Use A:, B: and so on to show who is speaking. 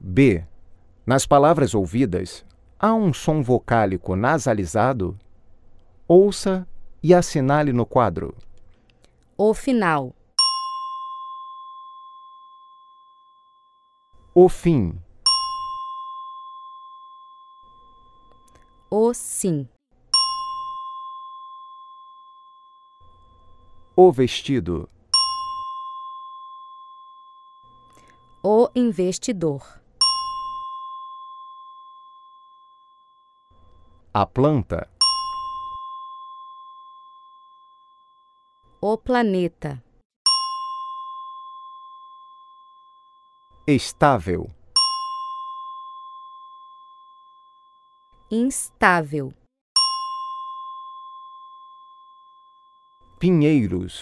A: B. Nas palavras ouvidas, há um som vocálico nasalizado? Ouça e assinale no quadro.
B: O final.
A: O fim.
B: O sim.
A: O vestido.
B: O investidor.
A: A planta.
B: O planeta.
A: Estável.
B: Instável.
A: Pinheiros.